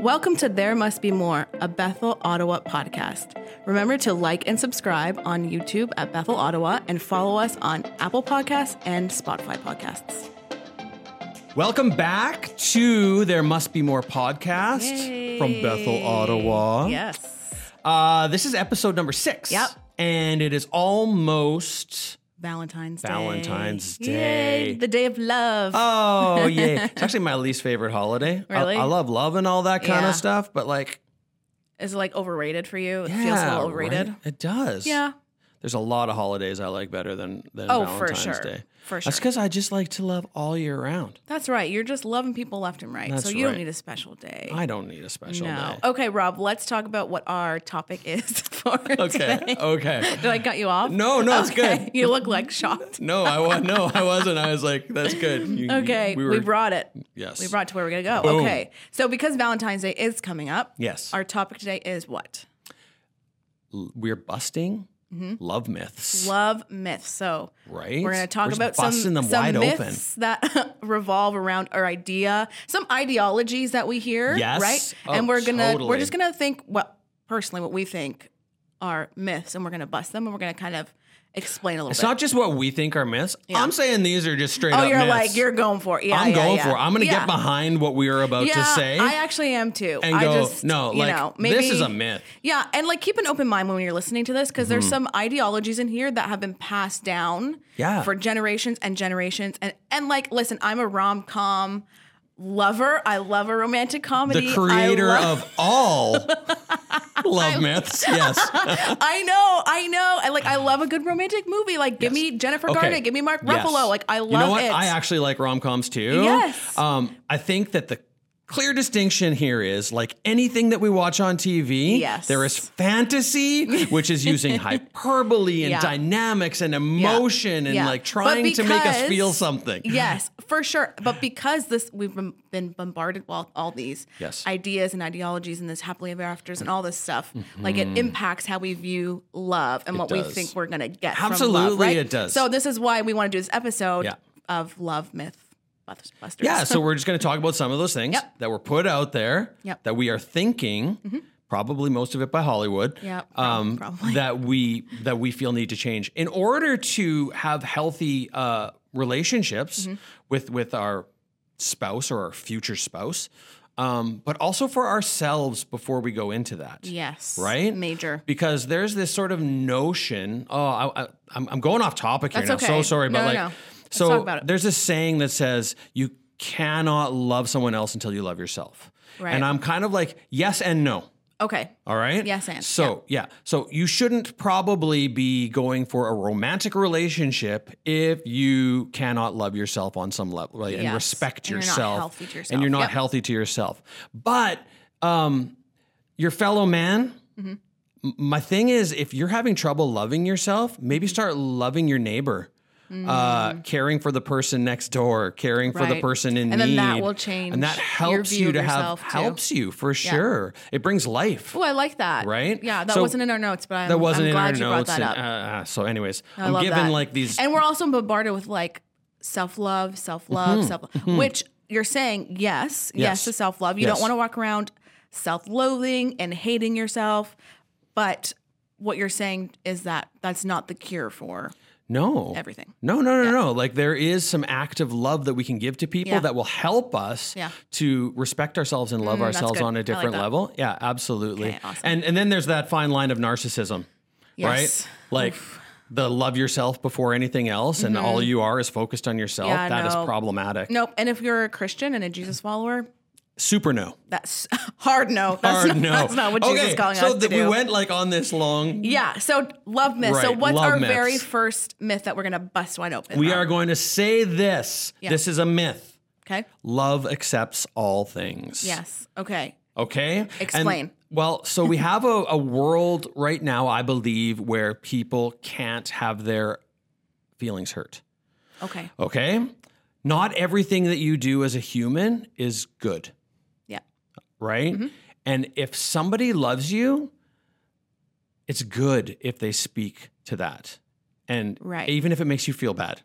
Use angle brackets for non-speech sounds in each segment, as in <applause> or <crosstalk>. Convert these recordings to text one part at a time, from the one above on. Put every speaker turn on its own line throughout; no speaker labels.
Welcome to There Must Be More, a Bethel, Ottawa podcast. Remember to like and subscribe on YouTube at Bethel, Ottawa, and follow us on Apple Podcasts and Spotify Podcasts.
Welcome back to There Must Be More podcast from Bethel, Ottawa.
Yes.
Uh, this is episode number six.
Yep.
And it is almost.
Valentine's Day.
Valentine's
Yay,
Day.
the day of love. <laughs>
Oh, yeah. It's actually my least favorite holiday. I-
Really?
I, love love and all that kind
Yeah.
of stuff, but like.
Is it like overrated for you? It
Yeah,
feels a little overrated.
right? It does.
Yeah.
There's a lot of holidays I like better than, than
Oh, for
Valentine's
sure.
Day.
For sure.
That's because I just like to love all year round.
That's right. You're just loving people left and right. so
That's
you don't
right.
need a special day.
I don't need a special
no.
day.
Okay, Rob, let's talk about what our topic is <laughs> for
Okay.
<laughs> today.
Okay.
Did I cut you off?
No, no, it's
Okay, <laughs>
good.
You look like shocked.
<laughs> No, I wa- no, I wasn't. I was like, that's good. You- you-
Okay, we,
were-
brought it.
Yes.
We brought to where we're gonna go.
Boom.
Okay, so because Valentine's Day is coming up,
Yes.
our topic today is what
L- we're busting love myths.
love myths. So
right?
Mm-hmm. we're gonna talk
just
about some
busting them
some
wide open.
myths that <laughs> revolve around our idea, some ideologies that we hear,
Yes.
right?
Oh,
and we're gonna we're
totally.
just gonna think what personally what we think are myths, and we're gonna bust them, and we're gonna kind of explain a little
It's
bit.
not just what we think are myths. I'm saying these are just straight
oh,
up
you're
myths.
like you're going for it. Yeah,
I'm
yeah,
going
yeah.
for. it. I'm gonna
Yeah.
get behind what we are about
yeah,
to say
I actually am too.
and
I
go.
just,
no,
you
like
know, maybe
this is a myth.
Yeah, and like keep an open mind when you're listening to this because there's some ideologies in here that have been passed down
Mm-hmm. Yeah.
for generations and generations. And and like listen, I'm a rom com lover. I love a romantic comedy.
The creator
I love,
of all love myths. Yes.
<laughs> I know, I know. I like I love a good romantic movie. Like give me Jennifer
Okay.
Garner, give me Mark
Yes.
Ruffalo. Like I love
You know what?
it.
I actually like rom coms too.
Yes.
Um, I think that the clear distinction here is like anything that we watch on TV,
Yes.
there is fantasy, which is
<laughs>
using hyperbole and
Yeah.
dynamics and emotion and
Yeah.
like
But
trying to make us
because-
feel something.
Yes, for sure. But because this, we've been, been bombarded with all these
Yes.
ideas and ideologies and this happily ever afters and all this stuff, like it impacts how we view love and what we
Mm-hmm. does.
think we're gonna get. from love,
Absolutely,
right?
it does.
So this is why we want to do this episode
Yeah.
of love myth bust- busters. <laughs>
Yeah, so we're just going to talk about some of those things
Yep.
that were put out there
Yep. Mm-hmm.
that we are thinking, probably most of it by Hollywood,
Yep, prob-
um,
probably.
that we that we feel need to change in order to have healthy uh, relationships
Mm-hmm.
with with our spouse or our future spouse, um, but also for ourselves before we go into that.
Yes.
Right?
Major.
Because there's this sort of notion. Oh, I, I, I'm, I'm going off topic here
That's okay.
now. So sorry, but
No, no,
like,
no. Let's talk
so
about it.
there's this saying that says you cannot love someone else until you love yourself.
Right.
And I'm kind of like yes and no.
Okay.
All right.
Yes and,
so yeah. So you shouldn't probably be going for a romantic relationship if you cannot love yourself on some level right? and
Yes.
respect
And you're not
yourself,
healthy to
and
yourself.
you're not
Yep.
healthy to yourself. But um, your fellow man.
Mm-hmm.
m- My thing is, if you're having trouble loving yourself, maybe
Mm-hmm.
start loving your neighbor, uh, caring for the person next door, caring for the
Mm. Right.
person in
And then
need,
that will change
and that
your
helps
view
you
of
to have
yourself, too.
helps you for sure. It brings life.
Oh, I like that.
Right?
Yeah, that
So-
wasn't in our notes, but I'm,
That wasn't
I'm
in
glad
our
you
notes.
brought
and,
that up.
uh, uh, so, anyways,
I
I'm
love
given
that.
like these.
and we're also bombarded with like self love, self love, self love, which you're saying yes, yes,
Mm-hmm. Yes.
to self love. You
Yes.
don't want to walk around self loathing and hating yourself, but what you're saying is that that's not the cure for
no,
everything.
No, no, no, no. Like there is some active love that we can give to people
Yeah.
that will help us
Yeah. Mm,
to respect ourselves and love ourselves
good.
on
I
a
like
different
that.
level. Yeah, absolutely.
Okay, awesome.
And and then there's that fine line of narcissism,
Yes.
right? Like the love yourself before anything else, and all you are is focused on yourself.
Mm-hmm. Yeah,
That is
no.
problematic.
Nope. And if you're a Christian and a Jesus follower,
Super no.
that's hard no. <laughs> That's
Hard
not,
no.
That's not what Jesus
Okay,
is calling
so
us to
the-
do.
we went like on this long
yeah. So love myth. so
Right,
what's
love
our
myths.
very first myth that we're gonna bust wide open?
We
Rob?
are going to say this. This is a myth.
okay.
Love accepts all things.
Yes. Okay.
Okay. And-
Explain.
well, so we have a, a world right now, I believe, where people can't have their feelings hurt.
Okay.
Okay. Not everything that you do as a human is good,
Yeah. Mm-hmm.
right? And if somebody loves you, it's good if they speak to that. And
Right.
even if it makes you feel bad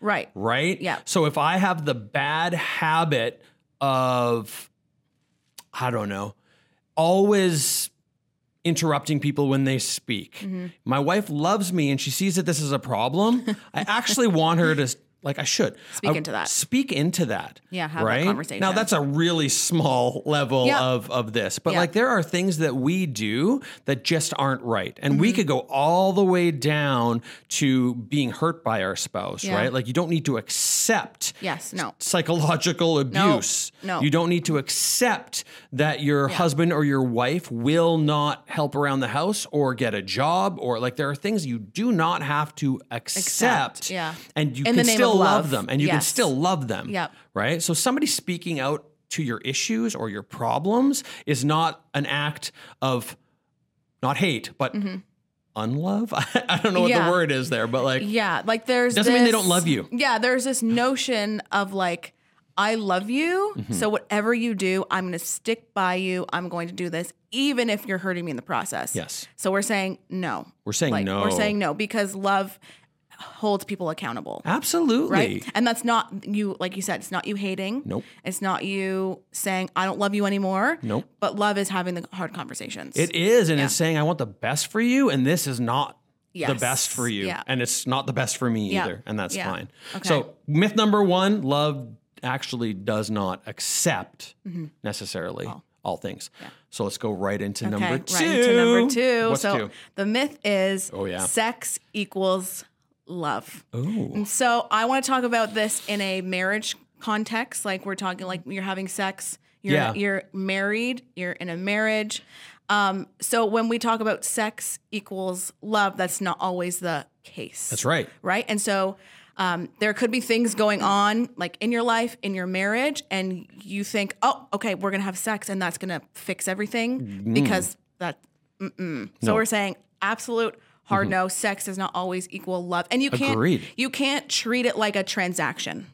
Right.
right?
Yeah.
So if I have the bad habit of, I don't know, always interrupting people when they speak.
Mm-hmm.
My wife loves me and she sees that this is a problem.
<laughs>
I actually want her to like I should
Speak
I-
into that.
Speak into that.
Yeah, have that
right? Now
conversation.
that's a really small level
Yeah.
of of this. But
Yeah.
like there are things that we do that just aren't right. And
Mm-hmm.
we could go all the way down to being hurt by our spouse,
Yeah.
right? Like you don't need to accept
Yes, no.
psychological abuse.
no.
You don't need to accept that your husband or your wife will not help around the house or get a job or like there are things you do not have to accept.
Accept, yeah.
And you
In the
can
name of
still love.
love,
them and you can
yes.
still love them.
Yep.
Right? So somebody speaking out to your issues or your problems is not an act of not hate, but unlove. <laughs> I, don't know what
Mm-hmm. Yeah.
the word is there, but like
Yeah, like there's
Doesn't mean they don't
this-
love you.
Yeah, there's this notion of like I love you,
Mm-hmm.
so whatever you do, I'm going to stick by you. I'm going to do this even if you're hurting me in the process.
Yes.
So we're saying no.
We're saying
Like,
no.
We're saying no because love holds people accountable.
Absolutely.
Right. And that's not you, like you said, it's not you hating.
Nope.
It's not you saying, I don't love you anymore.
Nope.
But love is having the hard conversations.
It is, and it's saying I want the best for you, and this is not the
Yes.
best for you,
Yeah.
and it's not the best for me
Yeah.
either, and that's
Yeah.
fine.
Okay.
So myth number one: love actually does not accept
Mm-hmm.
necessarily all things. So let's go right into number two.
Right into number two.
What's
so
two?
the myth is
Oh, yeah. Oh.
sex equals love.
Ooh.
And so I want to talk about this in a marriage context. Like we're talking like you're having sex, you're
Yeah.
you're married, you're in a marriage. Um, so when we talk about sex equals love, that's not always the case.
That's right.
Right. And so um, there could be things going on like in your life, in your marriage, and you think, oh, okay, we're going to have sex and that's going to fix everything
Mm.
because that, mm-mm. So we're saying absolute hard no. Sex does not always equal love. And you can't,
Mm-hmm. Agreed.
you can't treat it like a transaction.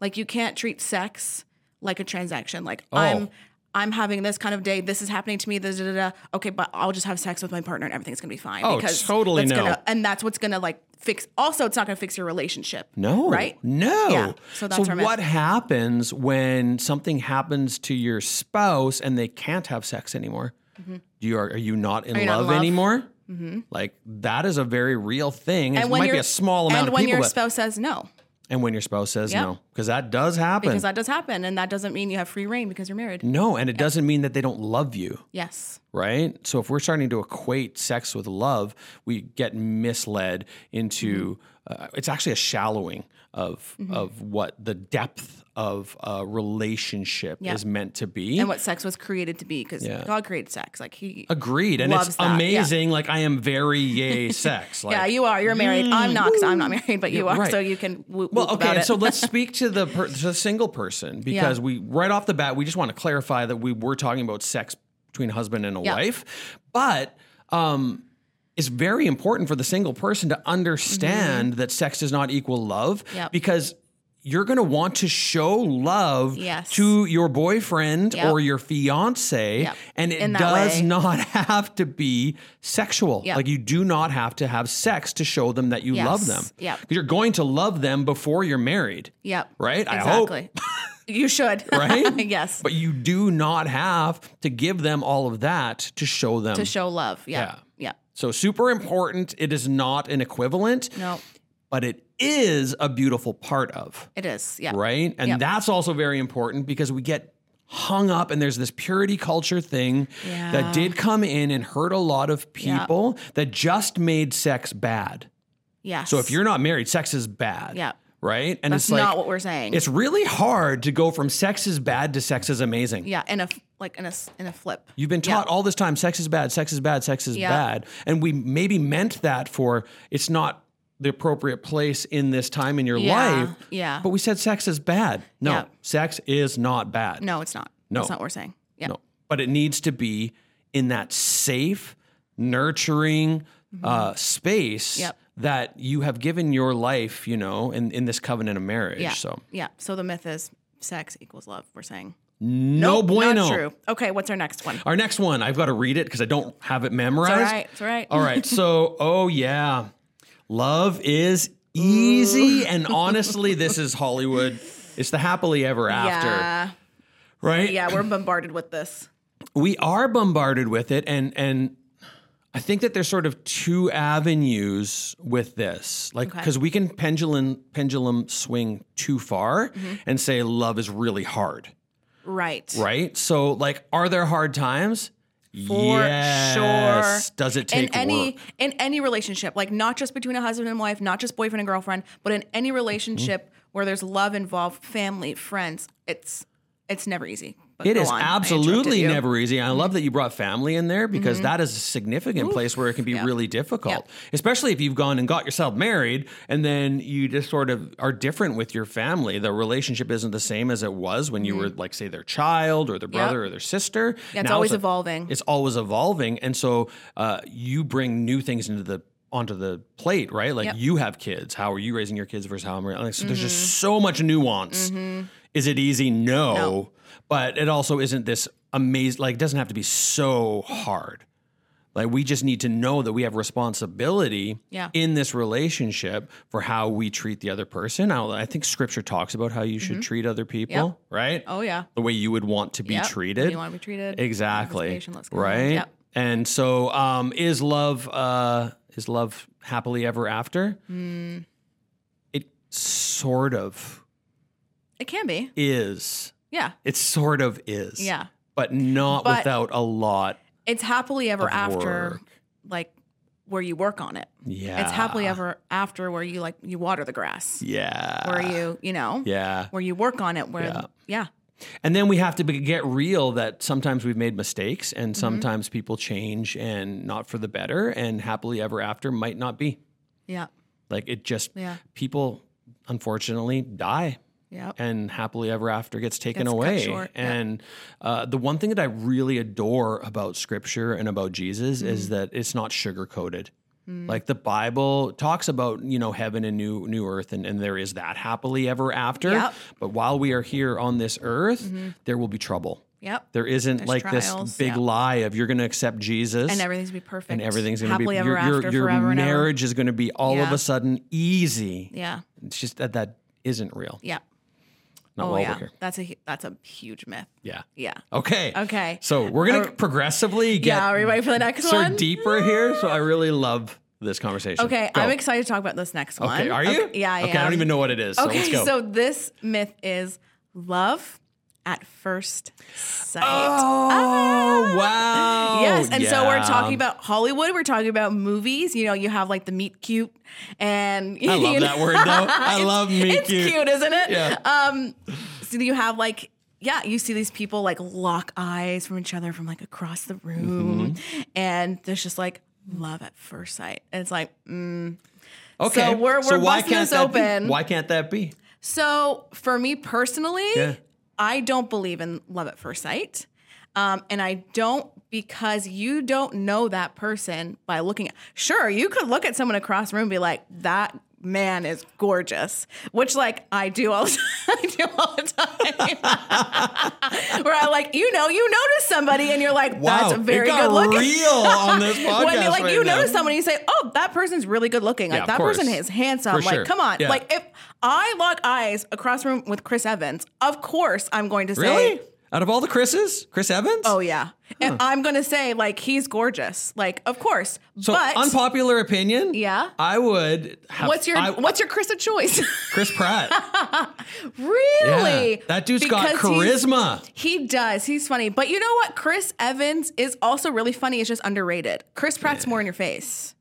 Like you can't treat sex like a transaction. Like
Oh.
I'm, I'm having this kind of day. This is happening to me. Da, da, da, da. Okay, but I'll just have sex with my partner and everything's gonna be fine.
Oh, totally
that's
no.
gonna- and that's what's gonna like fix. Also, it's not gonna fix your relationship.
No.
right?
No.
Yeah. So that's our myth.
what happens when something happens to your spouse and they can't have sex anymore? Do you are, are you not in,
Mm-hmm. you
love,
not in love? Mm-hmm.
anymore? Like that is a very real thing. It might be
your-
a small amount
and
of
when
people,
your
that-
spouse says no,
and when your spouse says
Yep.
no, because that does happen.
because that does happen, and that doesn't mean you have free reign because you're married.
no, and it doesn't mean that they don't love you,
Yes.
right? So if we're starting to equate sex with love, we get misled into
Mm-hmm.
uh, it's actually a shallowing of of what the depth of a relationship
Yeah.
is meant to be.
And what sex was created to be, because God created sex. Like he.
Agreed, and
Loves
it's
that, yeah.
amazing. Like I am very yay sex.
<laughs>
Like,
Yeah, you are. You're married. I'm not, because I'm not married, but you are.
right.
So you can. Whoop,
Well,
whoop
okay,
about
and
it. <laughs>
so let's speak to the per- to the single person because we right off the bat we just want to clarify that we were talking about sex between husband and a
Yeah.
wife, but um, it's very important for the single person to understand that sex does not equal love
Mm-hmm. Yep.
because you're going to want to show love
Yes.
to your boyfriend
Yep.
or your fiance
Yep.
and it
In that
does
way.
not <laughs> have to be sexual
Yep.
like you do not have to have sex to show them that you love
Yes.
them
Yep.
because you're going to love them before you're married,
Yep.
right? I hope,
Exactly. you should.
<laughs> Right?
<laughs> yes.
but you do not have to give them all of that to show them.
to show love. Yeah. Yeah.
so super important. It is not an equivalent,
No,
but it is a beautiful part of,
it is. Yeah.
right? And
Yep.
that's also very important because we get hung up and there's this purity culture thing
Yeah.
that did come in and hurt a lot of people that just made sex bad.
Yes.
So if you're not married, sex is bad.
Yeah.
Right? And
That's
it's like
not what we're saying.
It's really hard to go from sex is bad to sex is amazing.
yeah. In a f- like in a s- in a flip.
You've been taught all this time sex is bad, sex is bad, sex is
Yeah.
bad. And we maybe meant that for it's not the appropriate place in this time in your
Yeah,
life.
yeah.
But we said sex is bad. No,
Yeah.
sex is not bad.
No, it's not.
No.
That's not what we're saying. Yeah.
No. But it needs to be in that safe, nurturing uh, space
Mm-hmm. Yep.
that you have given your life, you know, in, in this covenant of marriage.
Yeah.
So
yeah. So the myth is sex equals love. We're saying
no Oh, bueno.
Not true. Okay. What's our next one?
Our next one, I've got to read it because I don't have it memorized.
All right. It's all right.
All right.
<laughs>
So, oh, yeah. Love is easy. And honestly, this is Hollywood. It's the happily ever after,
Yeah.
right?
Yeah. We're bombarded with this.
we are bombarded with it and and I think that there's sort of two avenues with this. Like
Okay.
cuz we can pendulum pendulum swing too far
Mm-hmm.
and say love is really hard,
Right.
right? So like are there hard times?
For
yes.
sure.
Does it
In
take
any
work?
in any relationship, like not just between a husband and wife, not just boyfriend and girlfriend, but in any relationship
Mm-hmm.
where there's love involved, family, friends, it's it's never easy. But
It
go
is
on. I interrupted
absolutely
you. Mm-hmm.
never easy. I love that you brought family in there because that is a significant place where it can be really difficult, especially if you've gone and got yourself married and then you just sort of are different with your family. The relationship isn't the same as it was when you were, like, say, their child or their brother or their sister.
Mm-hmm. Yeah, it's
Now
always
a-
evolving.
It's always evolving, and so uh, you bring new things into the onto the plate, right? Like you have kids. How are you raising your kids versus how I'm raising? Like, so there's just
Mm-hmm.
so much nuance. Is it easy? No. but it also isn't this amazing. Like, it doesn't have to be so hard. Like, we just need to know that we have responsibility
Yeah.
in this relationship for how we treat the other person. Now, I think Scripture talks about how you should treat other people, right?
Oh Mm-hmm. yeah.
the way you would want to be
Yep.
treated.
You want to be treated.
Exactly.
Participation, let's go.
Right.
Yep.
And so, um, is love uh, is love happily ever after?
Hmm.
It sort of
It can be.
is.
Yeah.
It sort of is.
Yeah.
But not
But-
without a lot.
It's happily ever
Of
after
work.
like where you work on it.
Yeah.
It's happily ever after where you like you water the grass.
Yeah.
Where you, you know,
Yeah.
where you work on it where yeah.
And then we have to be, get real that sometimes we've made mistakes and
Mm-hmm.
sometimes people change and not for the better and happily ever after might not be.
Yeah.
Like it just
Yeah.
people unfortunately die
Yeah.
and happily ever after gets taken
Gets cut
away.
short, yeah.
And uh, the one thing that I really adore about scripture and about Jesus
Mm-hmm.
is that it's not sugarcoated.
Mm.
Like the Bible talks about, you know, heaven and new new earth, and, and there is that happily ever after.
Yep.
But while we are here on this earth, there will be trouble.
Yep.
There isn't like this
trials,
big
yeah.
lie of you're going to accept Jesus
and everything's gonna be perfect.
and everything's going to be
happily ever
your, your-
after
your
forever and ever.
marriage is going to be all of
Yeah.
a sudden easy.
Yeah.
It's just that that isn't real.
Yeah.
Not
Oh
while
yeah.
we're here.
That's a hu- that's a huge myth.
Yeah.
Yeah.
Okay.
Okay.
So we're gonna
Are-
progressively get
yeah. Are we ready for the next
sort
one?
of deeper here. So I really love this conversation.
Okay,
Go.
I'm excited to talk about this next one.
Okay, are you?
Okay, yeah, I
Okay, I don't
am.
even know what it is. So
Okay,
let's go.
so this myth is love at first sight.
oh wow.
Ah! yes, and so we're
Oh, Yeah.
talking about Hollywood. We're talking about movies. You know, you have like the meet cute, and <laughs>
I love that word though. I love me
It's cute. isn't it?
Yeah.
Um, so you have like. Yeah, you see these people like lock eyes from each other from like across the room,
Mm-hmm.
and there's just like love at first sight. And it's like,
Okay.
So we're- we're busting this
that be?
open.
Why can't that be?
So for me personally,
Yeah.
I don't believe in love at first sight. Um, and I don't because you don't know that person by looking at sure, you could look at someone across the room and be like, that man is gorgeous. Which like I do all the <laughs> time. I do all the time. <laughs> Where I like, you know, you notice somebody and you're like, that's a
wow,
very
it got
good looking
real
<laughs>
on this podcast.
when like
right
you
now.
notice someone, and you say, "Oh, that person's really good looking. Like
Yeah, of
that person
course.
is handsome.
For
like
sure.
come on.
Yeah.
Like if I lock eyes across the room with Chris Evans, of course I'm going to say,
Really? Out of all the Chris's, Chris Evans?
"Oh yeah." If I'm going to say like he's gorgeous. Like of course.
So
but
unpopular opinion.
Yeah.
I would. Have,
what's your
I-
what's your Chris of choice? <laughs>
Chris Pratt?
really?
Yeah. That dude's got
Because he's-
charisma.
He does. He's funny. But you know what? Chris Evans is also really funny. It's just underrated. Chris Pratt's more in your face.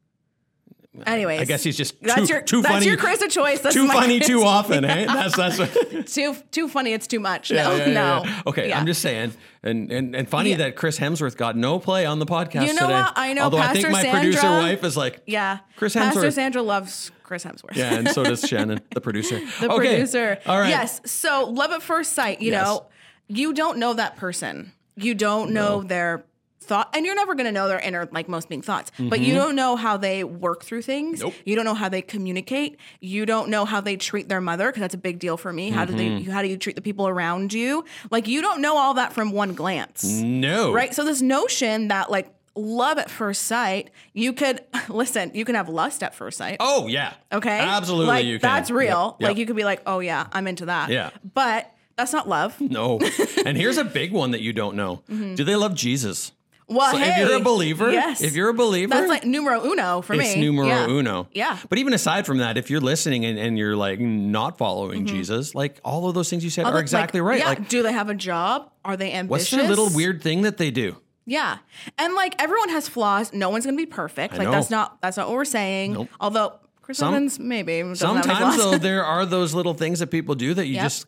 Anyways,
I guess he's just
that's
too-
your
too
that's
funny-
your Chris of choice. That's
Too
my
funny,
Chris <laughs>
too often, eh? That's that's. What,
too too funny. It's too much.
Yeah,
no,
yeah, yeah,
no.
yeah. Okay,
Yeah.
I'm just saying, and and, and funny
Yeah.
that Chris Hemsworth got no play on the podcast
You know
today.
what? I know
Although I think
Pastor
my producer
Sandra-
wife is like, <laughs>
yeah.
Chris
Pastor
Hemsworth.
Sandra loves Chris Hemsworth.
yeah, and so does Shannon, the producer.
<laughs> the
okay.
producer.
All right.
Yes. So love at first sight. You
Yes.
know, you don't know that person. You don't know their thought, and you're never going to know their inner like most being thoughts. But you don't know how they work through things.
Mm-hmm. Nope.
You don't know how they communicate. You don't know how they treat their mother because that's a big deal for me. How do
Mm-hmm.
they? How do you treat the people around you? Like you don't know all that from one glance.
Mm. No.
Right. So this notion that like love at first sight, you could <laughs> listen, you can have lust at first sight.
Oh yeah.
Okay.
Absolutely.
Like
you can.
that's real.
Yep, yep.
Like you could be like, oh yeah, I'm into that.
Yeah.
But That's not love.
<laughs> No. and here's a big one that you don't know. Do they love Jesus?
Well,
So
Mm-hmm. Uh, hey,
if you're a believer,
yes.
if you're a believer,
that's like numero uno for me.
it's numero
Yeah.
uno.
Yeah.
But even aside from that, if you're listening and, and you're like not following Jesus, like all of those things you said are
Mm-hmm. Like,
exactly right.
Yeah.
Like
do they have a job? Are they
what's
ambitious?
their little weird thing that they do?
Yeah, and like everyone has flaws. No one's gonna be perfect. like
know.
that's not that's not what we're saying.
Nope.
Although Chris
Some-
Evans maybe doesn't have any
Sometimes
flaws.
though, there are those little things that people do that you
Yeah.
just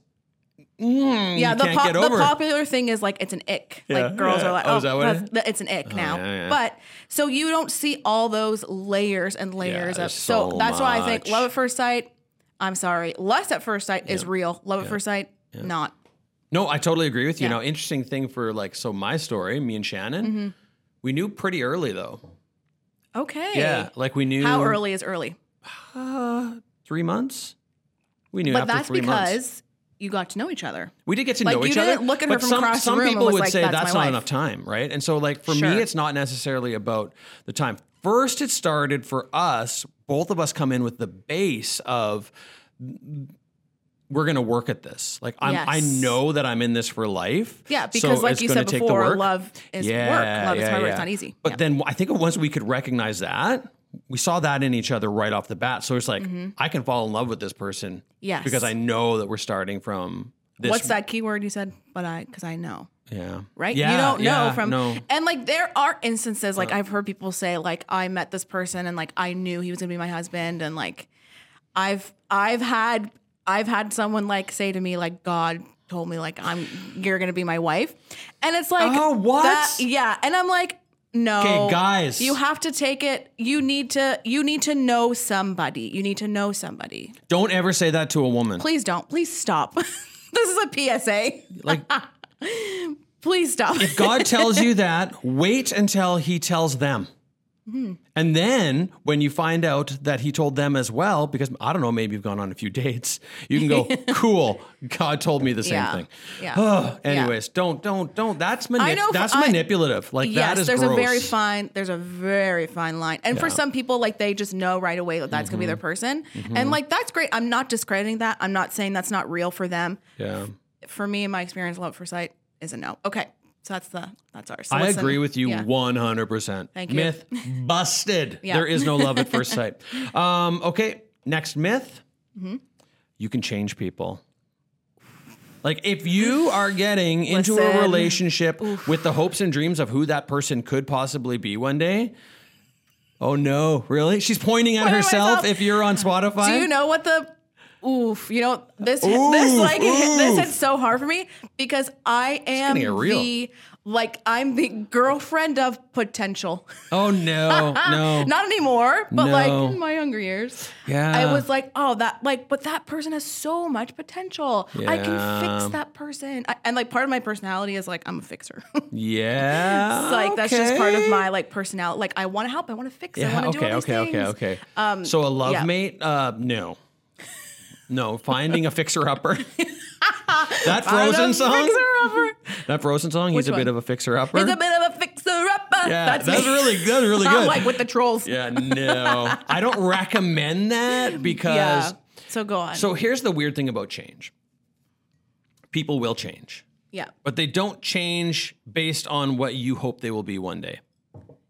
yeah, the,
can't
pop-
get
the
over.
popular thing is like it's an ick.
Yeah,
Like girls
yeah.
are like,
Oh,
oh,
is that what it
that's-
is? Oh,
that- it's an ick now.
yeah, yeah.
But so you don't see all those layers and layers of.
there's
So,
so
that's why I think
much.
love at first sight. I'm sorry, lust at first sight is real. Love at first sight, not.
No, I totally agree with you.
Yeah. Mm-hmm.
Now, interesting thing for like so my story, me and Shannon, we knew pretty early though.
Okay.
Yeah, like we knew
How early is early?
Three months. We knew
But
after
that's
three
because
months.
you got to know each other.
We did get to
like,
know
you
each other.
didn't look at her
but
from
some,
across the
some
room and
people
was
would
like,
say
"That's
that's,
my
not
wife."
enough time, right? And so, like for
Sure.
me, it's not necessarily about the time. First, it started for us. Both of us come in with the base of we're going to work at this. Like I'm, I
Yes.
know that I'm in this for life.
Yeah,
so
because like
it's
you
gonna
said
take the
before,
work.
love is work. Love is hard work. It's not easy.
But
Yeah.
then I think once we could recognize that, we saw that in each other right off the bat. So it's like I can fall in love with this person.
Mm-hmm. Yes.
Because I know that we're starting from this.
What's that key word you said? But I, because I know.
Yeah.
right?
Yeah,
you don't know
yeah,
from
no. Uh.
and like there are instances like I've heard people say like I met this person and like I knew he was going to be my husband and like I've I've had I've had someone like say to me like God told me like I'm you're going to be my wife. And it's like
Oh, what?
that- yeah, and I'm like no.
'Kay, guys.
You have to take it you need to you need to know somebody. You need to know somebody.
Don't ever say that to a woman.
Please don't. Please stop. <laughs> this is a PSA.
Like
Please stop.
God tells you that, wait until he tells them.
Hmm.
And then when you find out that he told them as well, because I don't know, maybe you've gone on a few dates, you
<laughs>
can go, cool, God told me the same
Yeah,
thing.
yeah,
Ugh, <sighs> anyways, don't, don't, don't. That's mani-
I know for-
that's
I-
manipulative. Like
Yes,
that is
there's
gross.
a very fine there's a very fine line. And for some people like they just know right away that that's going to be
Mm-hmm.
their person. And like that's great. I'm not discrediting that. I'm not saying that's not real for them.
yeah.
For me in my experience love for sight is a no. Okay. So that's the that's ours. So
I
what's the-
agree with you
yeah.
100%.
Thank you. <laughs>
Myth busted.
Yeah.
There is no love at
<laughs>
first sight. Um, okay, next myth.
Mm-hmm.
You can change people. Like if you are getting into a
Listen.
relationship with the hopes and dreams of who that person could possibly be one day, oh no, really? She's pointing at
Pointing at
herself
myself.
if you're on Spotify.
Do you know what the oof? You know this hit this
Oof,
<laughs> like hit- this
oof.
hits so hard for me because I am
gonna get real.
the like I'm the girlfriend of potential.
Oh
<laughs>
no, no.
Ah, Not anymore, but like
No.
in my younger years.
Yeah.
I was like, oh, that like, but that person has so much potential. I can
Yeah.
fix that person. I, and like part of my personality is like I'm a fixer. <laughs> it's
yeah.
like that's just part of
okay.
my like personality. Like I want to help, I want to fix, I
Yeah,
want to
okay,
do all these
okay, okay,
things. Um,
okay, so a love
yeah.
mate? Uh, no, no. Finding a fixer upper.
<laughs>
that
I don't
Frozen
know,
song.
fixer-upper.
That Frozen song. He's
Which
a bit
one?
of a fixer upper.
He's a bit of a fixer-upper.
yeah, that's,
me.
really that's
<laughs>
really
I'm
good.
like with the trolls.
yeah, no, I don't
<laughs>
recommend that because.
Yeah. So go on.
So here's the weird thing about change. People will change,
yeah.
but they don't change based on what you hope they will be one day.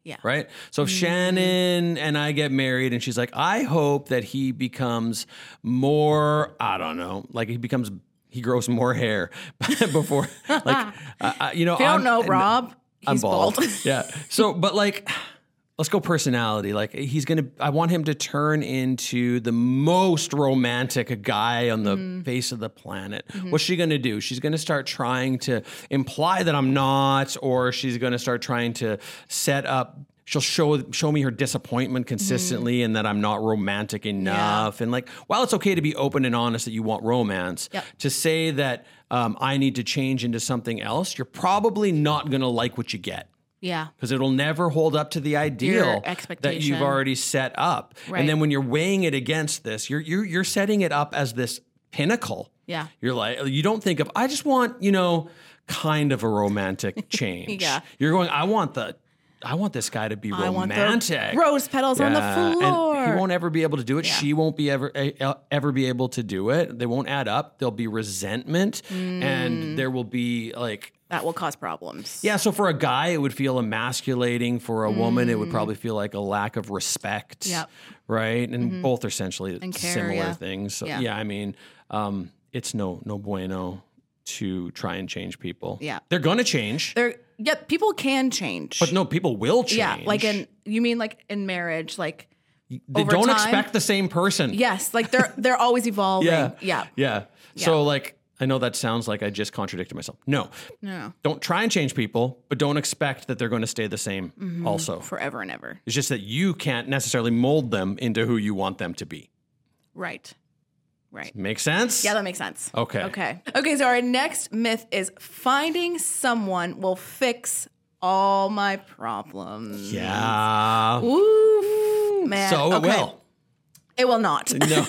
Yeah.
right? So if Shannon and I get married and she's like, I hope that he becomes more, I don't know, like he becomes, he grows more hair <laughs> before, like, uh, uh, you know,
I don't
I'm-
know, Rob. He's
I'm bald. <laughs> yeah. So, but like, let's go personality. Like, he's gonna. I want him to turn into the most romantic guy on the face of the planet. What's she gonna do? She's gonna start trying to imply that I'm not, or she's gonna start trying to set up. She'll show show me her disappointment consistently, and that I'm not romantic enough. And like, while it's okay to be open and honest that you want romance,
Yep.
to say that um, I need to change into something else, you're probably not gonna like what you get
<laughs> Yeah.
because it'll never hold up to the ideal that
expectation.
you've already set up.
Right.
And then when you're weighing it against this, you're you're you're setting it up as this pinnacle.
Yeah.
You're like you don't think of I just want, you know, kind of
<laughs>
a romantic change.
Yeah.
You're going I want the I want this guy to be
I want
romantic.
the rose petals on
Yeah.
the
And-
floor. Sure.
He won't ever be able to do it. She won't be ever eh, eh, ever be able to do it. They won't add up. There'll be resentment,
Mm.
and there will be like
that will cause problems.
yeah. So for a guy, it would feel emasculating. For a woman, it would probably feel like a lack of respect.
Mm. Yep. Mm-hmm.
Right, and both are essentially
care,
similar
yeah.
things. So, yeah.
Yeah.
I mean, um, it's no no bueno to try and change people.
Yeah.
they're gonna change.
There. Yeah. People can change.
but no, people will change.
yeah. Like in you mean like in marriage like.
they
over
don't
time-
expect the same person.
Yes, like
<laughs>
they're they're always evolving.
Yeah.
Yeah.
Yeah. So like I know that sounds like I just contradicted myself. No.
No.
Don't try and change people, but don't expect that they're going to stay the same
Mm-hmm.
also.
Forever and ever.
It's just that you can't necessarily mold them into who you want them to be.
Right. Right.
Make sense?
Yeah, that makes sense.
Okay.
Okay. Okay, so our next myth is finding someone will fix all my problems.
Yeah.
Ooh, man.
So it
okay.
will.
It will
<laughs>
not. <laughs>
No.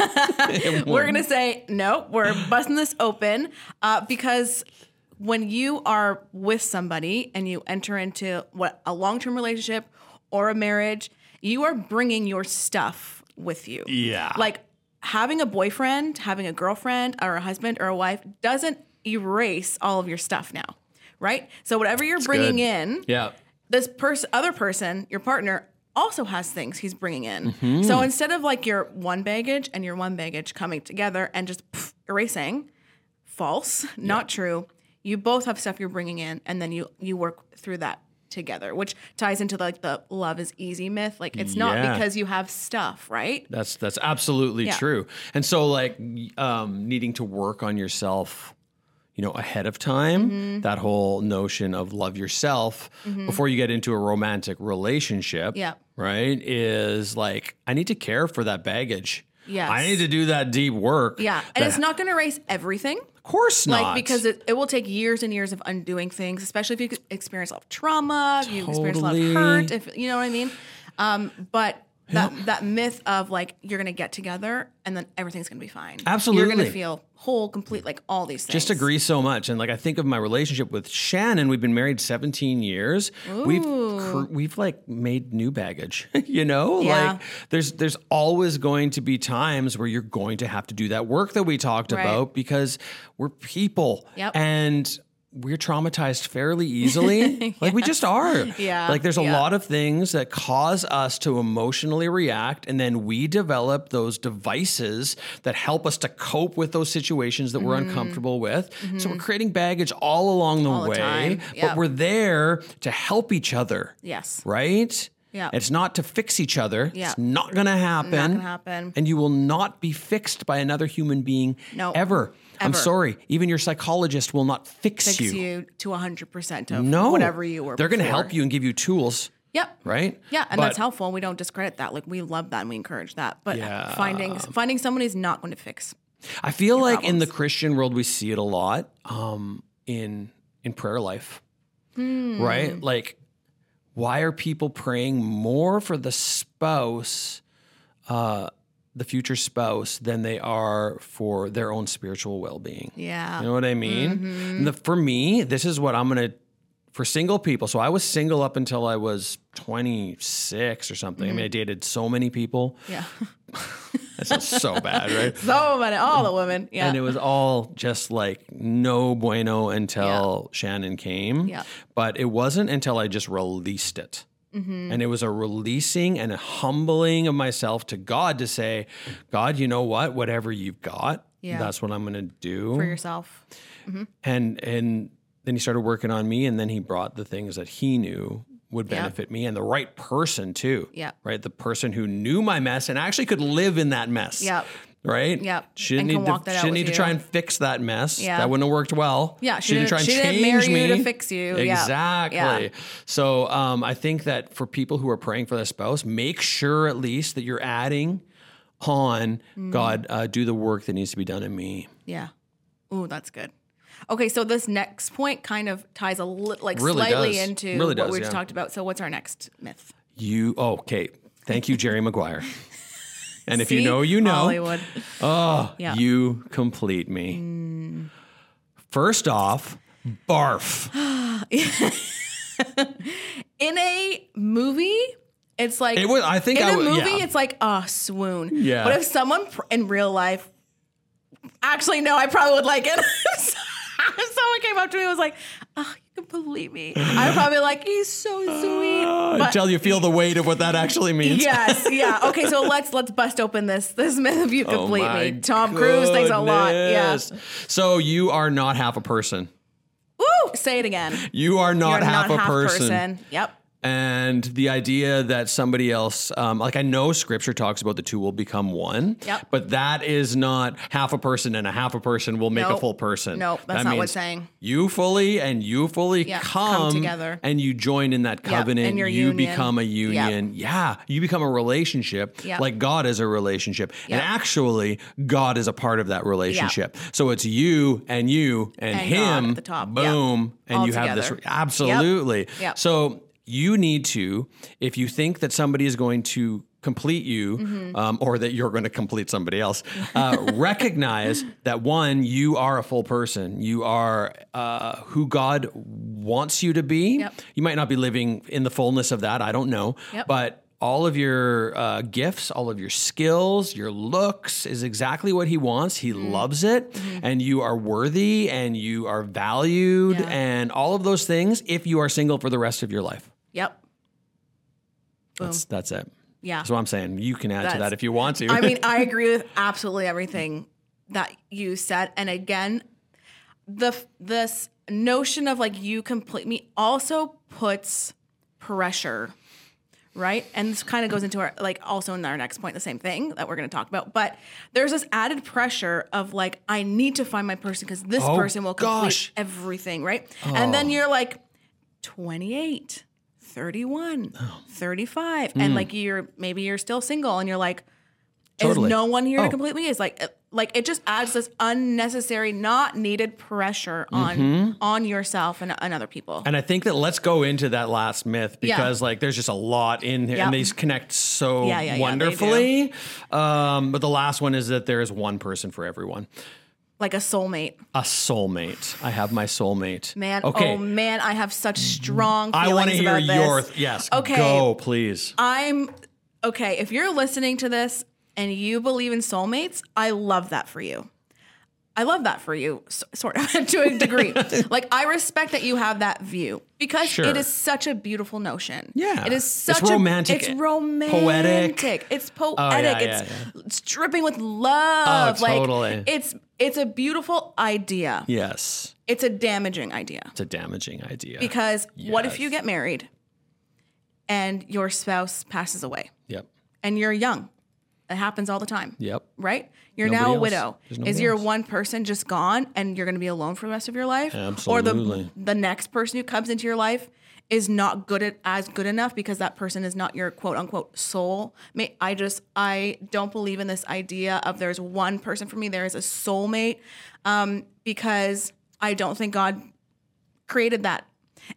It
we're
won't.
going to say, no, we're busting this open uh, because when you are with somebody and you enter into what a long term relationship or a marriage, you are bringing your stuff with you.
Yeah.
Like having a boyfriend, having a girlfriend, or a husband or a wife doesn't erase all of your stuff now, right? So whatever you're bringing
good.
in,
Yeah.
this person, other person, your partner, also has things he's bringing in. So instead of like your one baggage and your one baggage coming together and just pff, erasing, false, not true. You both have stuff you're bringing in, and then you you work through that together, which ties into like the love is easy myth. Like it's
Yeah.
not because you have stuff, right?
That's that's absolutely
Yeah.
true. And so like um, needing to work on yourself, you know, ahead of time.
Mm-hmm.
That whole notion of love yourself before you get into a romantic relationship.
Yep.
Right. Is like I need to care for that baggage.
Yes.
I need to do that deep work.
Yeah, and it's not going to erase everything.
Of course not.
like because it, it will take years and years of undoing things especially if you experience a lot of trauma if you experience a lot
Totally.
of hurt if you know what i mean um, but that, that myth of like you're gonna get together and then everything's gonna be fine you're
Absolutely.
gonna feel whole complete like all these things
just agree so much and like i think of my relationship with shannon we've been married 17 years we've cr- we've like made new baggage <laughs> you know
Yeah.
like there's there's always going to be times where you're going to have to do that work that we talked
Right.
about because we're people
Yep.
and we're traumatized
<laughs>
fairly easily. Like we just are.
Yeah.
Like there's a
Yeah.
lot of things that cause us to emotionally react and then we develop those devices that help us to cope with those situations that we're uncomfortable with. So we're creating baggage all along the
Mm-hmm. the
way,
time.
but
Yeah.
we're there to help each other.
yes
Right?
Yeah.
It's not to fix each other.
Yeah.
It's not going to happen.
not gonna happen
And you will not be fixed by another human being
No.
ever. I'm
Ever.
sorry. Even your psychologist will not fix,
fix you. to 100% of
No.
whatever you were
They're going to
before.
help you and give you tools,
yep
right?
yeah and
But-
that's helpful and we don't discredit that like we love that and we encourage that but
Yeah.
finding finding someone is not going to fix
I feel like in the Christian world we see it a lot um, in in prayer life,
Hmm.
right? Like, why are people praying more for the spouse, uh, the future spouse, than they are for their own spiritual well being?
yeah Mm-hmm.
You know what I mean? And the, for me, this is what I'm gonna for single people. So I was single up until I was 26 or something.
Mm-hmm.
I mean, I dated so many people.
yeah <laughs>
That sounds so bad, right?
so many all the women yeah
And it was all just like no bueno until Shannon came.
Yeah.
But it wasn't until I just released it.
Mm-hmm.
And it was a releasing and a humbling of myself to God to say, God, you know what? Whatever you've got,
Yeah.
that's what I'm going to do.
for yourself
and and then he started working on me and then he brought the things that he knew would
Yeah.
benefit me and the right person too
Yeah.
right the person who knew my mess and actually could live in that mess
Yep.
right
Yep.
she didn't
And can
need to
walk that out
she didn't
with
need to
you.
try and fix that mess
Yeah.
that wouldn't have worked well
Yeah, she
didn't,
didn't-
try and
she didn't
change
marry
me
you to fix you. Yeah.
exactly
Yeah.
so um, I think that for people who are praying for their spouse, make sure at least that you're adding on
Mm-hmm.
God, uh, do the work that needs to be done in me.
Yeah. Ooh, that's good. Okay, so this next point kind of ties a little, like
Really
slightly
does.
into
Really
what
does,
we just
yeah.
talked about. So, what's our next myth?
You oh, okay. Thank you,
<laughs>
Jerry Maguire. And if you
See?
know, you know.
Hollywood.
Oh,
Yeah.
you complete me. First off, barf.
In a movie, It's like
It would- I think
in
I
a
would-
movie,
yeah.
it's like ah swoon.
Yeah.
But if someone pr- in real life, actually no, I probably would like it. <laughs> If someone came up to me and was like, "Oh, you can believe me," I would probably be like, "He's so sweet." But-
Until Uh, you feel the weight of what that
<laughs>
actually means.
yes, yeah. Okay, so let's let's bust open this this myth if you
Oh
complete
my
me. Tom Cruise thinks a lot. Yeah.
goodness. So you are not half a person.
Ooh, say it again.
You are not,
You're
half,
not
a person.
Yep.
And the idea that somebody else, um, like I know scripture talks about the two will become one,
Yep.
but that is not half a person and a half a person will make a
Nope.
full person.
Nope, that's not what
means
it's saying.
You fully and you fully
Yeah,
come,
come together.
and you join in that covenant.
and your
you
union.
become a
Yep.
union. Yeah, you become a relationship
Yep.
like God is a relationship. And
Yep.
actually, God is a part of that relationship. So it's you and you and,
And God
him.
at the top. Yep.
Boom. And
All
you have this.
together.
Absolutely.
Yep.
So you need to, if you think that somebody is going to complete you um, or that you're going to complete somebody else, uh, <laughs> recognize that one, you are a full person. You are uh, who God wants you to be.
Yep.
You might not be living in the fullness of that. I don't know.
Yep.
But all of your uh, gifts, all of your skills, your looks is exactly what he wants. He
Mm-hmm.
loves it. And you are worthy and you are valued
Yeah.
and all of those things if you are single for the rest of your life.
Yep.
That's, that's it.
Yeah.
That's what I'm saying. You can add to
That's-
that if you want to.
I mean, I agree with absolutely everything that you said. And again, the this notion of like you complete me also puts pressure, right? And this kind of goes into our like also in our next point, the same thing that we're going to talk about. But there's this added pressure of like I need to find my person because this
Oh,
person will complete
gosh. Oh.
everything, right? And then you're like 28. 31,
Oh.
35,
Hmm.
and like you're maybe you're still single and you're like,
Totally.
is no one here
Oh.
to complete me? Is like it- like it just adds this unnecessary, not needed pressure on on yourself and, and other people.
<laughs> Mm-hmm. and I think that let's go into that last myth
Yeah.
because like there's just a lot in here
Yep.
and these connect so
Yeah, yeah, yeah, they
wonderfully. um, but the last one is that there is one person for everyone.
like a soulmate,
A soulmate. I have my soulmate.
man.
Okay.
Oh man, I have such strong. Feelings
I want to hear
about this.
your yes.
Okay.
Go, please.
I'm okay. If you're listening to this and you believe in soulmates, I love that for you. I love that for you, s- sort of <laughs> to a
<laughs>
degree. like I respect that you have that view because
Sure.
it is such a beautiful notion.
Yeah.
it is
It's
such
romantic,
A,
poetic.
it's romantic. It's poetic.
yeah,
it's
yeah,
dripping with love.
Oh, totally.
Like it's it's a beautiful idea.
Yes.
It's a damaging idea.
It's a damaging idea.
Because what if
Yes.
you get married and your spouse passes away
yep.
and you're young? It happens all the time.
Yep.
Right? You're
Nobody
now a
else.
widow.
There's
Is
nobody
your
else.
one person just gone and you're going to be alone for the rest of your life? Or
Absolutely.
the the next person who comes into your life is not good at as good enough because that person is not your quote unquote soul. mate. I just I don't believe in this idea of there's one person for me. There is a soulmate um, because I don't think God created that,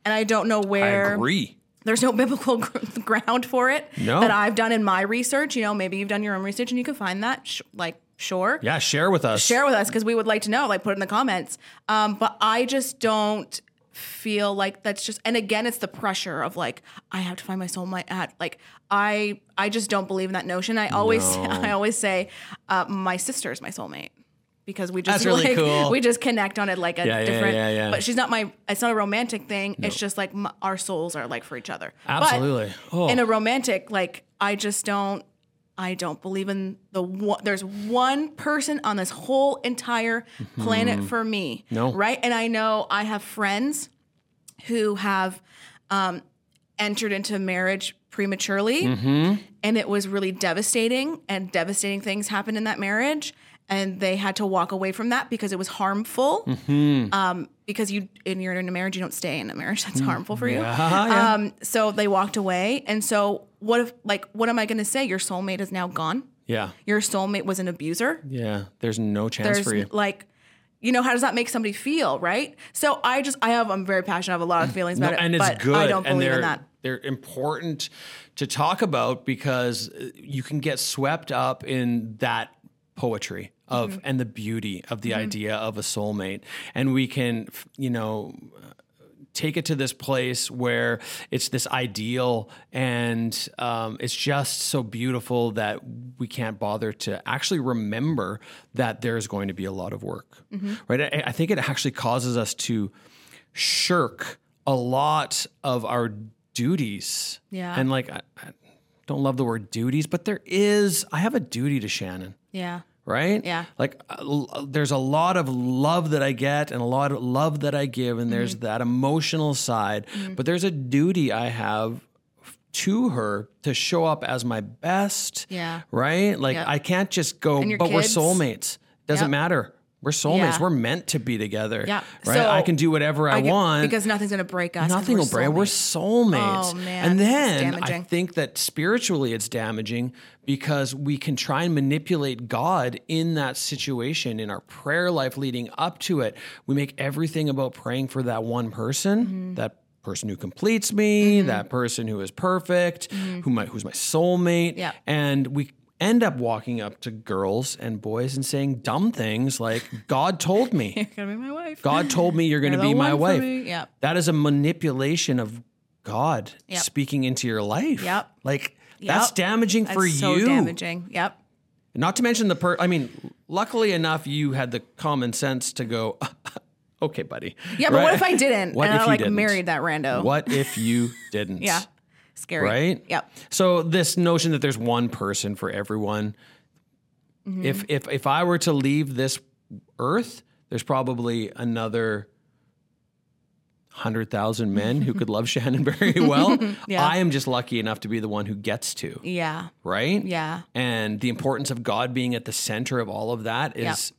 and I don't know
I
where
agree.
there's no <laughs> biblical gr- ground for it
No.
that I've done in my research. You know, maybe you've done your own research and you can find that. Sh- like, sure,
Yeah, share with us.
share with us because we would like to know. Like, put it in the comments. Um, but I just don't feel like that's just. And again, it's the pressure of like I have to find my soulmate. At like I, I just don't believe in that notion. I always, <laughs> I always say, uh, my sister is my soulmate. Because we just
That's really
like
cool.
we just connect on it like a
Yeah, yeah,
different,
yeah, yeah.
but she's not my. It's not a romantic thing. It's just like m our souls are like for each other. But
Absolutely. Oh.
in a romantic, like I just don't, I don't believe in the one. There's one person on this whole entire planet for me.
Mm-hmm. No.
right? And I know I have friends who have um, entered into marriage prematurely,
Mm-hmm.
and it was really devastating. And devastating things happened in that marriage, and they had to walk away from that because it was harmful.
Mm-hmm.
Um, because you, and you're in a marriage, you don't stay in a marriage that's harmful for you.
Ah, <laughs> Mm, yeah.
Um, so they walked away. And so what if like what am I gonna say? Your soulmate is now gone.
yeah.
Your soulmate was an abuser.
Yeah. There's no chance for you.
like you know, how does that make somebody feel, right? So I just I have I'm very passionate, I have a lot of feelings about it.
Mm. and it's
but
good.
I don't
and
believe
they're,
in that.
They're important to talk about because uh, you can get swept up in that poetry of
Mm-hmm.
and the beauty of the idea of a soulmate, and we can, f- you know. take it to this place where it's this ideal and um, it's just so beautiful that we can't bother to actually remember that there's going to be a lot of work right I, I think it actually causes us to shirk a lot of our duties
Yeah.
and like I, I don't love the word duties but there is i have a duty to shannon
Yeah.
right?
Yeah.
Like uh, l- there's a lot of love that I get and a lot of love that I give, and there's
Mm-hmm.
that emotional side, but there's a duty I have f- to her to show up as my best.
Yeah.
Right? Like
Yep.
I can't just go,
your
but we're
kids."
soulmates. Doesn't
Yep.
matter. We're soulmates.
Yeah.
We're meant to be together.
Yeah.
Right?
So
I can do whatever I,
I get-
want.
because nothing's gonna break us. 'cause
Nothing
we're
will
<laughs>
break. We're
soulmates.
soulmates.
Oh, man,
And
this is
then I
damaging.
think that spiritually it's damaging because we can try and manipulate God in that situation in our prayer life leading up to it. We make everything about praying for that one person,
Mm-hmm.
that person who completes me, that person who is perfect, who my, who's my soulmate.
Mm-hmm. Yeah.
And we end up walking up to girls and boys and saying dumb things like, God
<laughs>
told me.
You're gonna be my wife.
God told me you're going to
You're the
be my
one for
wife.
me. Yep.
That is a manipulation of God
Yep.
speaking into your life.
Yep.
Like that's
Yep.
damaging
That's
for
so
you.
damaging. Yep.
Not to mention the per. I mean, luckily enough, you had the common sense to go, <laughs> okay, buddy.
Yeah, but
Right?
what if I didn't?
<laughs> What
and
if
I
you
like
didn't?
married that rando.
What if you didn't?
Yeah. Scary.
Right?
Yep.
So this notion that there's one person for everyone.
Mm-hmm.
If if if I were to leave this earth, there's probably another hundred thousand men who
<laughs>
could love Shannon very well.
Yeah.
I am just lucky enough to be the one who gets to,
Yeah.
right?
Yeah.
And the importance of God being at the center of all of that is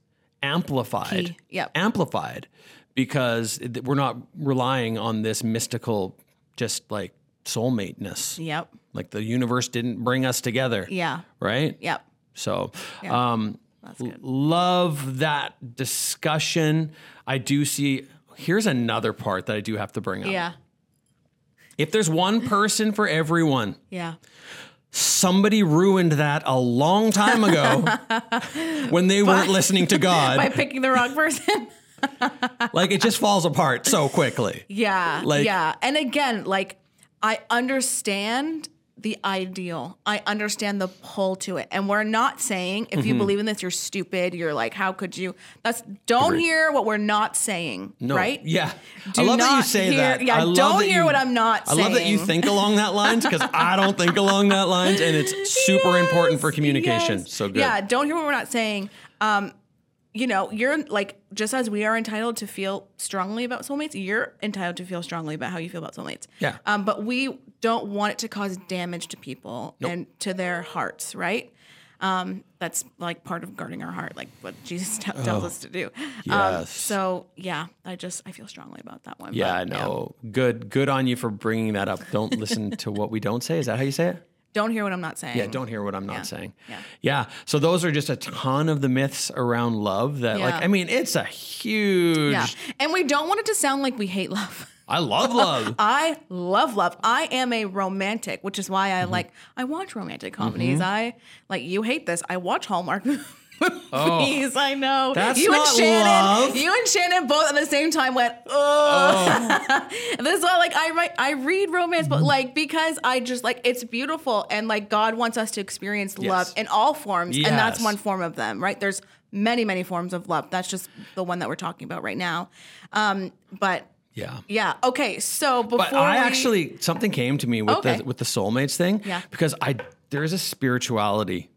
amplified.
Key. Yep.
Amplified because it- we're not relying on this mystical, just like soulmateness.
Yep.
Like the universe didn't bring us together,
Yeah.
right?
Yep.
So, um, love that discussion. I do see. Here's another part that I do have to bring up.
Yeah.
If there's one person for everyone,
Yeah.
somebody ruined that a long
<laughs>
time ago when they weren't listening to
By
God.
picking the wrong person.
<laughs> Like it just falls apart so quickly.
<laughs> yeah.
Like-
yeah. And again, like I understand the ideal. I understand the pull to it. And we're not saying if
Mm-hmm.
you believe in this, you're stupid. You're like, how could you? That's don't hear what we're not saying.
No,
Right?
Yeah.
Do
I love that you
not
say
hear-
that.
yeah,
I love
don't
that
hear
you-
what I'm not
I love that you
saying.
think along that lines because I don't think along that lines and it's
<laughs>
super important for
Yes,
communication.
yes.
So good.
Yeah, don't hear what we're not saying. Um, you know, you're like just as we are entitled to feel strongly about soulmates, you're entitled to feel strongly about how you feel about soulmates.
Yeah.
Um, but we don't want it to cause damage to people and to their hearts, right? Um, that's like part of guarding our heart, like what Jesus <laughs> te- tells us to do. Um,
Oh. yes.
so yeah, I just I feel strongly about that one.
Yeah,
but,
I know. Good, good on you for bringing that up. Don't listen to what we don't say. Is that how you say it?
Don't hear what I'm not saying.
Yeah, don't hear what I'm not saying.
yeah.
yeah. So those are just a ton of the myths around love that, like,
Yeah.
I mean, it's a huge.
Yeah, and we don't want it to sound like we hate love.
I love love.
I love love. I am a romantic, which is why I
Mm-hmm.
like I watch romantic comedies. I like you hate this. I watch Hallmark <laughs> movies. I know
Oh. That's
you
not
and Shannon.
love.
You and Shannon both at the same time went. Ugh.
Oh.
<laughs> this is why, like, I write, I read romance,
Mm-hmm.
but like because I just like it's beautiful and like God wants us to experience love in all forms, and that's
Yes.
one form of them, right? There's many, many forms of love. That's just the one that we're talking about right now. Um, but
yeah.
yeah. Okay. So before
But I
we-
actually something came to me with
Okay.
the with the soulmates thing.
Yeah.
Because I there is a spirituality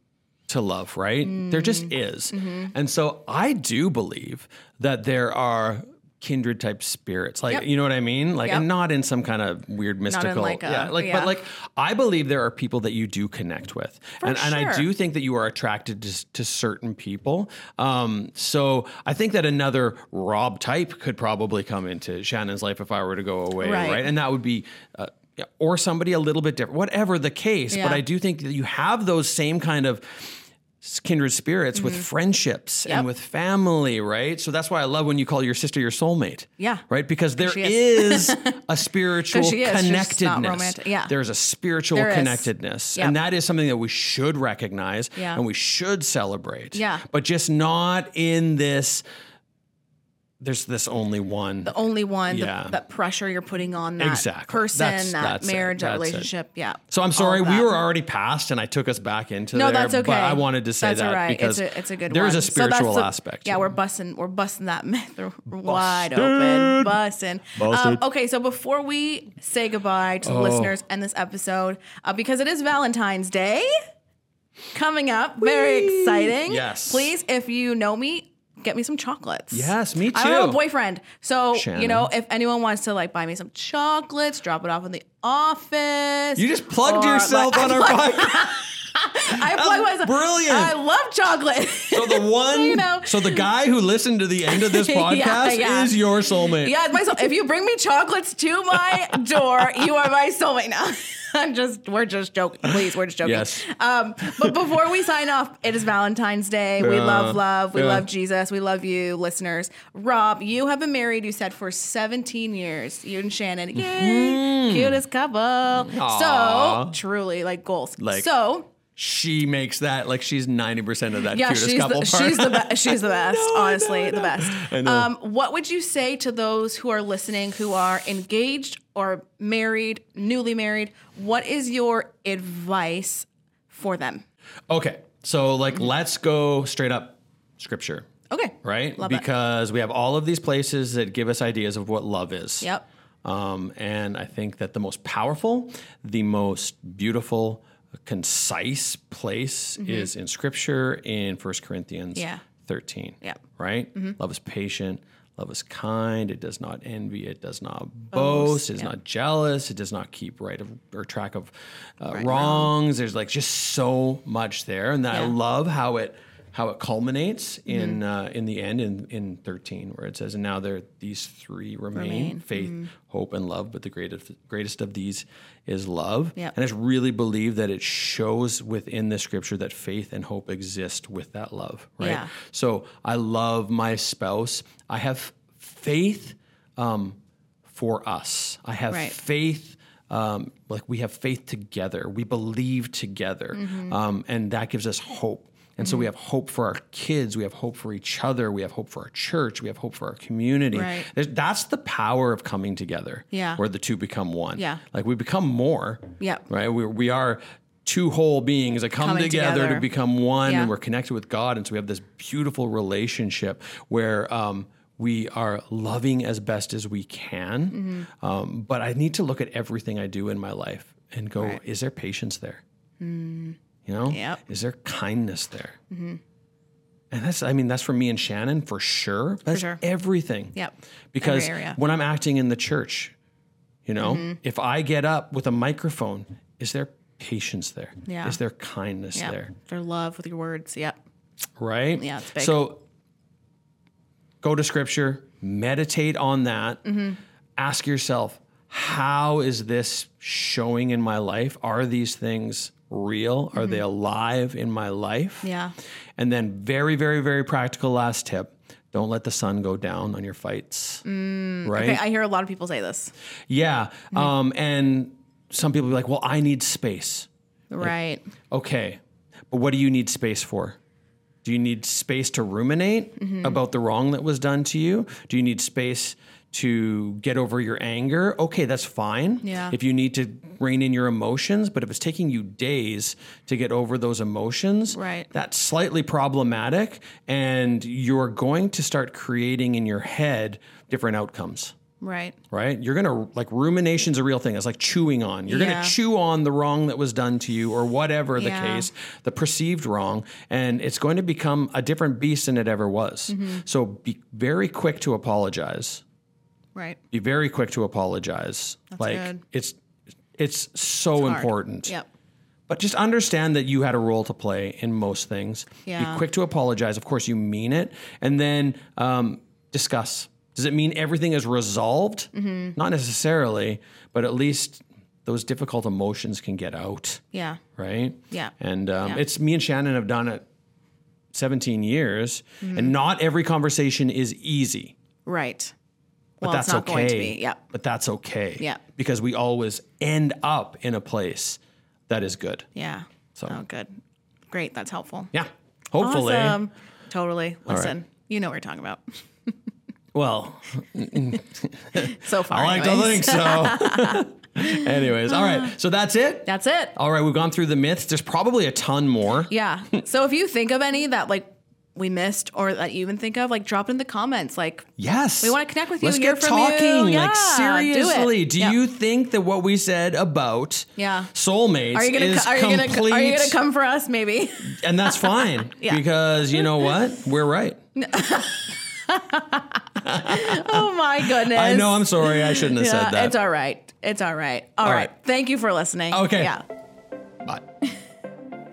to love, right? There just
Mm.
is.
Mm-hmm.
And so I do believe that there are kindred type spirits. Like
Yep.
you know what I mean? Like
Yep.
and not in some kind of weird mystical
like a-
yeah, like
yeah.
but like I believe there are people that you do connect with. and and I
sure.
do think that you are attracted to, to certain people. Um, so I think that another Rob type could probably come into Shannon's life if I were to go away,
Right.
right? And that would be. Uh, yeah, or somebody a little bit different, whatever the case.
Yeah.
But I do think that you have those same kind of kindred spirits with friendships
Mm-hmm. Yep.
and with family, right? So that's why I love when you call your sister your soulmate.
Yeah.
Right? Because there
she
is
<laughs>
a spiritual
There she is. She's just not
connectedness.
romantic. Yeah.
There's a spiritual
There is.
connectedness.
Yep.
And that is something that we should recognize
Yeah.
and we should celebrate.
Yeah.
But just not in this there's this only one.
the only one,
Yeah.
the, that pressure you're putting on that
Exactly.
person,
That's-
that
that's it.
marriage, that
That's it.
relationship. Yeah.
so I'm
All
sorry,
of
we
that.
were already past, and I took us back into
No,
there,
that's okay.
But I wanted to say
that's
that
all right.
because
it's a, it's a good
there's
one.
a
So that's
spiritual
the-
aspect.
Yeah,
to
we're
it.
busting we're busting that <laughs> myth wide open. Busting. Um,
Busted. Oh.
okay, so before we say goodbye to the listeners and this episode, uh, because it is Valentine's Day coming up, very exciting.
Yes.
Please, if you know me, get me some chocolates.
Yes, me
I don't have
too.
a boyfriend, so you
Shannon.
know if anyone wants to like buy me some chocolates, drop it off in the office.
you just plugged
or,
yourself
<laughs> like,
on our podcast.
I plug myself.
brilliant.
I love chocolate. <laughs>
So the one,
You know.
so the guy who listened to the end of
<laughs>
this
Yeah,
podcast
yeah.
is your soulmate.
Yeah, it's my soul. If you bring me chocolates to my door, you are my soulmate now. <laughs> I'm just, we're just joking. Please, we're just joking.
Yes.
Um, but before we sign off, it is Valentine's Day. we
Yeah.
love love. We
Yeah.
love Jesus. We love you, listeners. Rob, you have been married, you said, for 17 years. You and Shannon. Yay. Cutest couple. So,
Mm-hmm. Aw.
truly, like goals.
Like-
so,
She makes that like she's ninety percent of that
yeah,
cutest
she's
couple
the,
part.
she's the be- she's the best.
know, I know,
honestly,
I
the
know.
best.
I know.
Um, what would you say to those who are listening who are engaged or married, newly married? What is your advice for them?
<laughs> okay, so like let's go straight up scripture,
Okay,
right?
Love it.
because we have all of these places that give us ideas of what love is.
Yep.
Um, and I think that the most powerful, the most beautiful, concise place is in Scripture in 1 Corinthians
Mm-hmm. Yeah. Mm-hmm.
13.
Yep.
Right? Love is patient. Love is kind. It does not envy. It does not boast. It is not jealous. It does not keep right of, or track of uh, wrongs. There's like just so much there, and
Yeah.
I
Mm-hmm.
love how it how it culminates in uh, in the end in in 13, where it says, "And now there these three remain:
Remain. Mm-hmm.
faith, hope, and love. But the greatest greatest of these is love."
Yep.
And I just really believe that it shows within the scripture that faith and hope exist with that love, right?
Yeah.
So I love my spouse. I have faith um, for us. I have
Right.
faith. Um, like we have faith together, we believe together,
Mm-hmm.
um, and that gives us hope. And so we have hope for our kids, we have hope for each other, we have hope for our church, we have hope for our community.
Right.
There's- That's the power of coming together,
Yeah.
where the two become one.
Yeah.
like we become more.
Yep.
right. We we are two whole beings that come
Coming
together,
together.
to become one,
Yeah.
and we're connected with God, and so we have this beautiful relationship where. Um, we are loving as best as we can,
Mm-hmm.
um, but I need to look at everything I do in my life and go:
Right. Mm.
Is there patience there? You know,
Yep. Mm-hmm.
is there kindness there? And that's, I mean, that's for me and Shannon for sure. but That's
sure.
everything.
Yep.
Because
Every area. Mm-hmm.
when I'm acting in the church, you know, if I get up with a microphone, is there patience there? Is
Yeah.
there kindness
Yep.
there?
Their love with your words. Yep.
Right?
Yeah, it's big.
So go to scripture, meditate on that,
Mm-hmm.
ask yourself, how is this showing in my life? Are these things real? Are they alive in my life?
Mm-hmm. Yeah.
And then, very, very, very practical last tip don't let the sun go down on your fights. right?
Mm. Okay, I hear a lot of people say this.
yeah. Um, and some people be like, well, I need space.
Right.
Okay. But what do you need space for? Do you need space to ruminate
Mm-hmm.
about the wrong that was done to you? Do you need space to get over your anger? Okay, that's fine.
Yeah.
If you need to rein in your emotions, but if it's taking you days to get over those emotions,
Right.
that's slightly problematic and you're going to start creating in your head different outcomes
Right.
right? You're gonna like rumination's a real thing. It's like chewing on. You're
Yeah.
gonna chew on the wrong that was done to you, or whatever the
Yeah.
case, the perceived wrong, and it's going to become a different beast than it ever was.
Mm-hmm.
So be very quick to apologize.
Right.
Be very quick to apologize. like
good.
it's it's so
Hard.
important.
Yep.
But just understand that you had a role to play in most things.
Yeah.
Be quick to apologize. Of course, you mean it. And then um, discuss. Does it mean everything is resolved?
Mm-hmm.
Not necessarily, but at least those difficult emotions can get out,
Yeah.
right?
Yeah.
And um,
Yeah.
it's me and Shannon have done it 17 years,
Mm-hmm.
and not every conversation is easy.
Right.
But
well,
that's
it's not
okay.
going to be. Yep.
But that's okay.
Yep.
Because we always end up in a place that is good.
Yeah.
So-
Oh, good. Great. That's helpful.
Yeah. Hopefully.
Awesome. Totally.
right.
Listen, you know what you're talking about.
Well,
<laughs> So far,
I like to
anyways.
think so.
<laughs>
anyways, all right. So that's it.
That's it.
All right, we've gone through the myths. There's probably a ton more. <laughs>
Yeah. So if you think of any that like we missed or that you even think of, like drop it in the comments. Like
Yes.
We wanna connect with you,
Let's
hear
get
from you.
talking.
Yeah,
like
do it.
seriously, do,
Yeah.
you think that what we said about
Yeah.
soulmates
are you gonna
is
co- are you gonna co-
complete?
are you gonna come for us? Maybe. <laughs>
and that's fine
Yeah.
because you know what? We're right.
oh my goodness.
<laughs> I know. I'm sorry. I shouldn't have
Yeah,
said that.
It's all right. It's all right. all
All
right.
right.
Thank you for listening.
Okay.
Yeah.
Bye.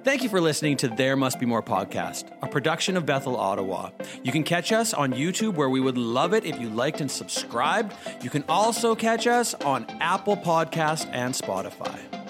Thank you for listening to There Must Be More podcast, a production of Bethel, Ottawa. You can catch us on YouTube, where we would love it if you liked and subscribed. You can also catch us on Apple Podcasts and Spotify.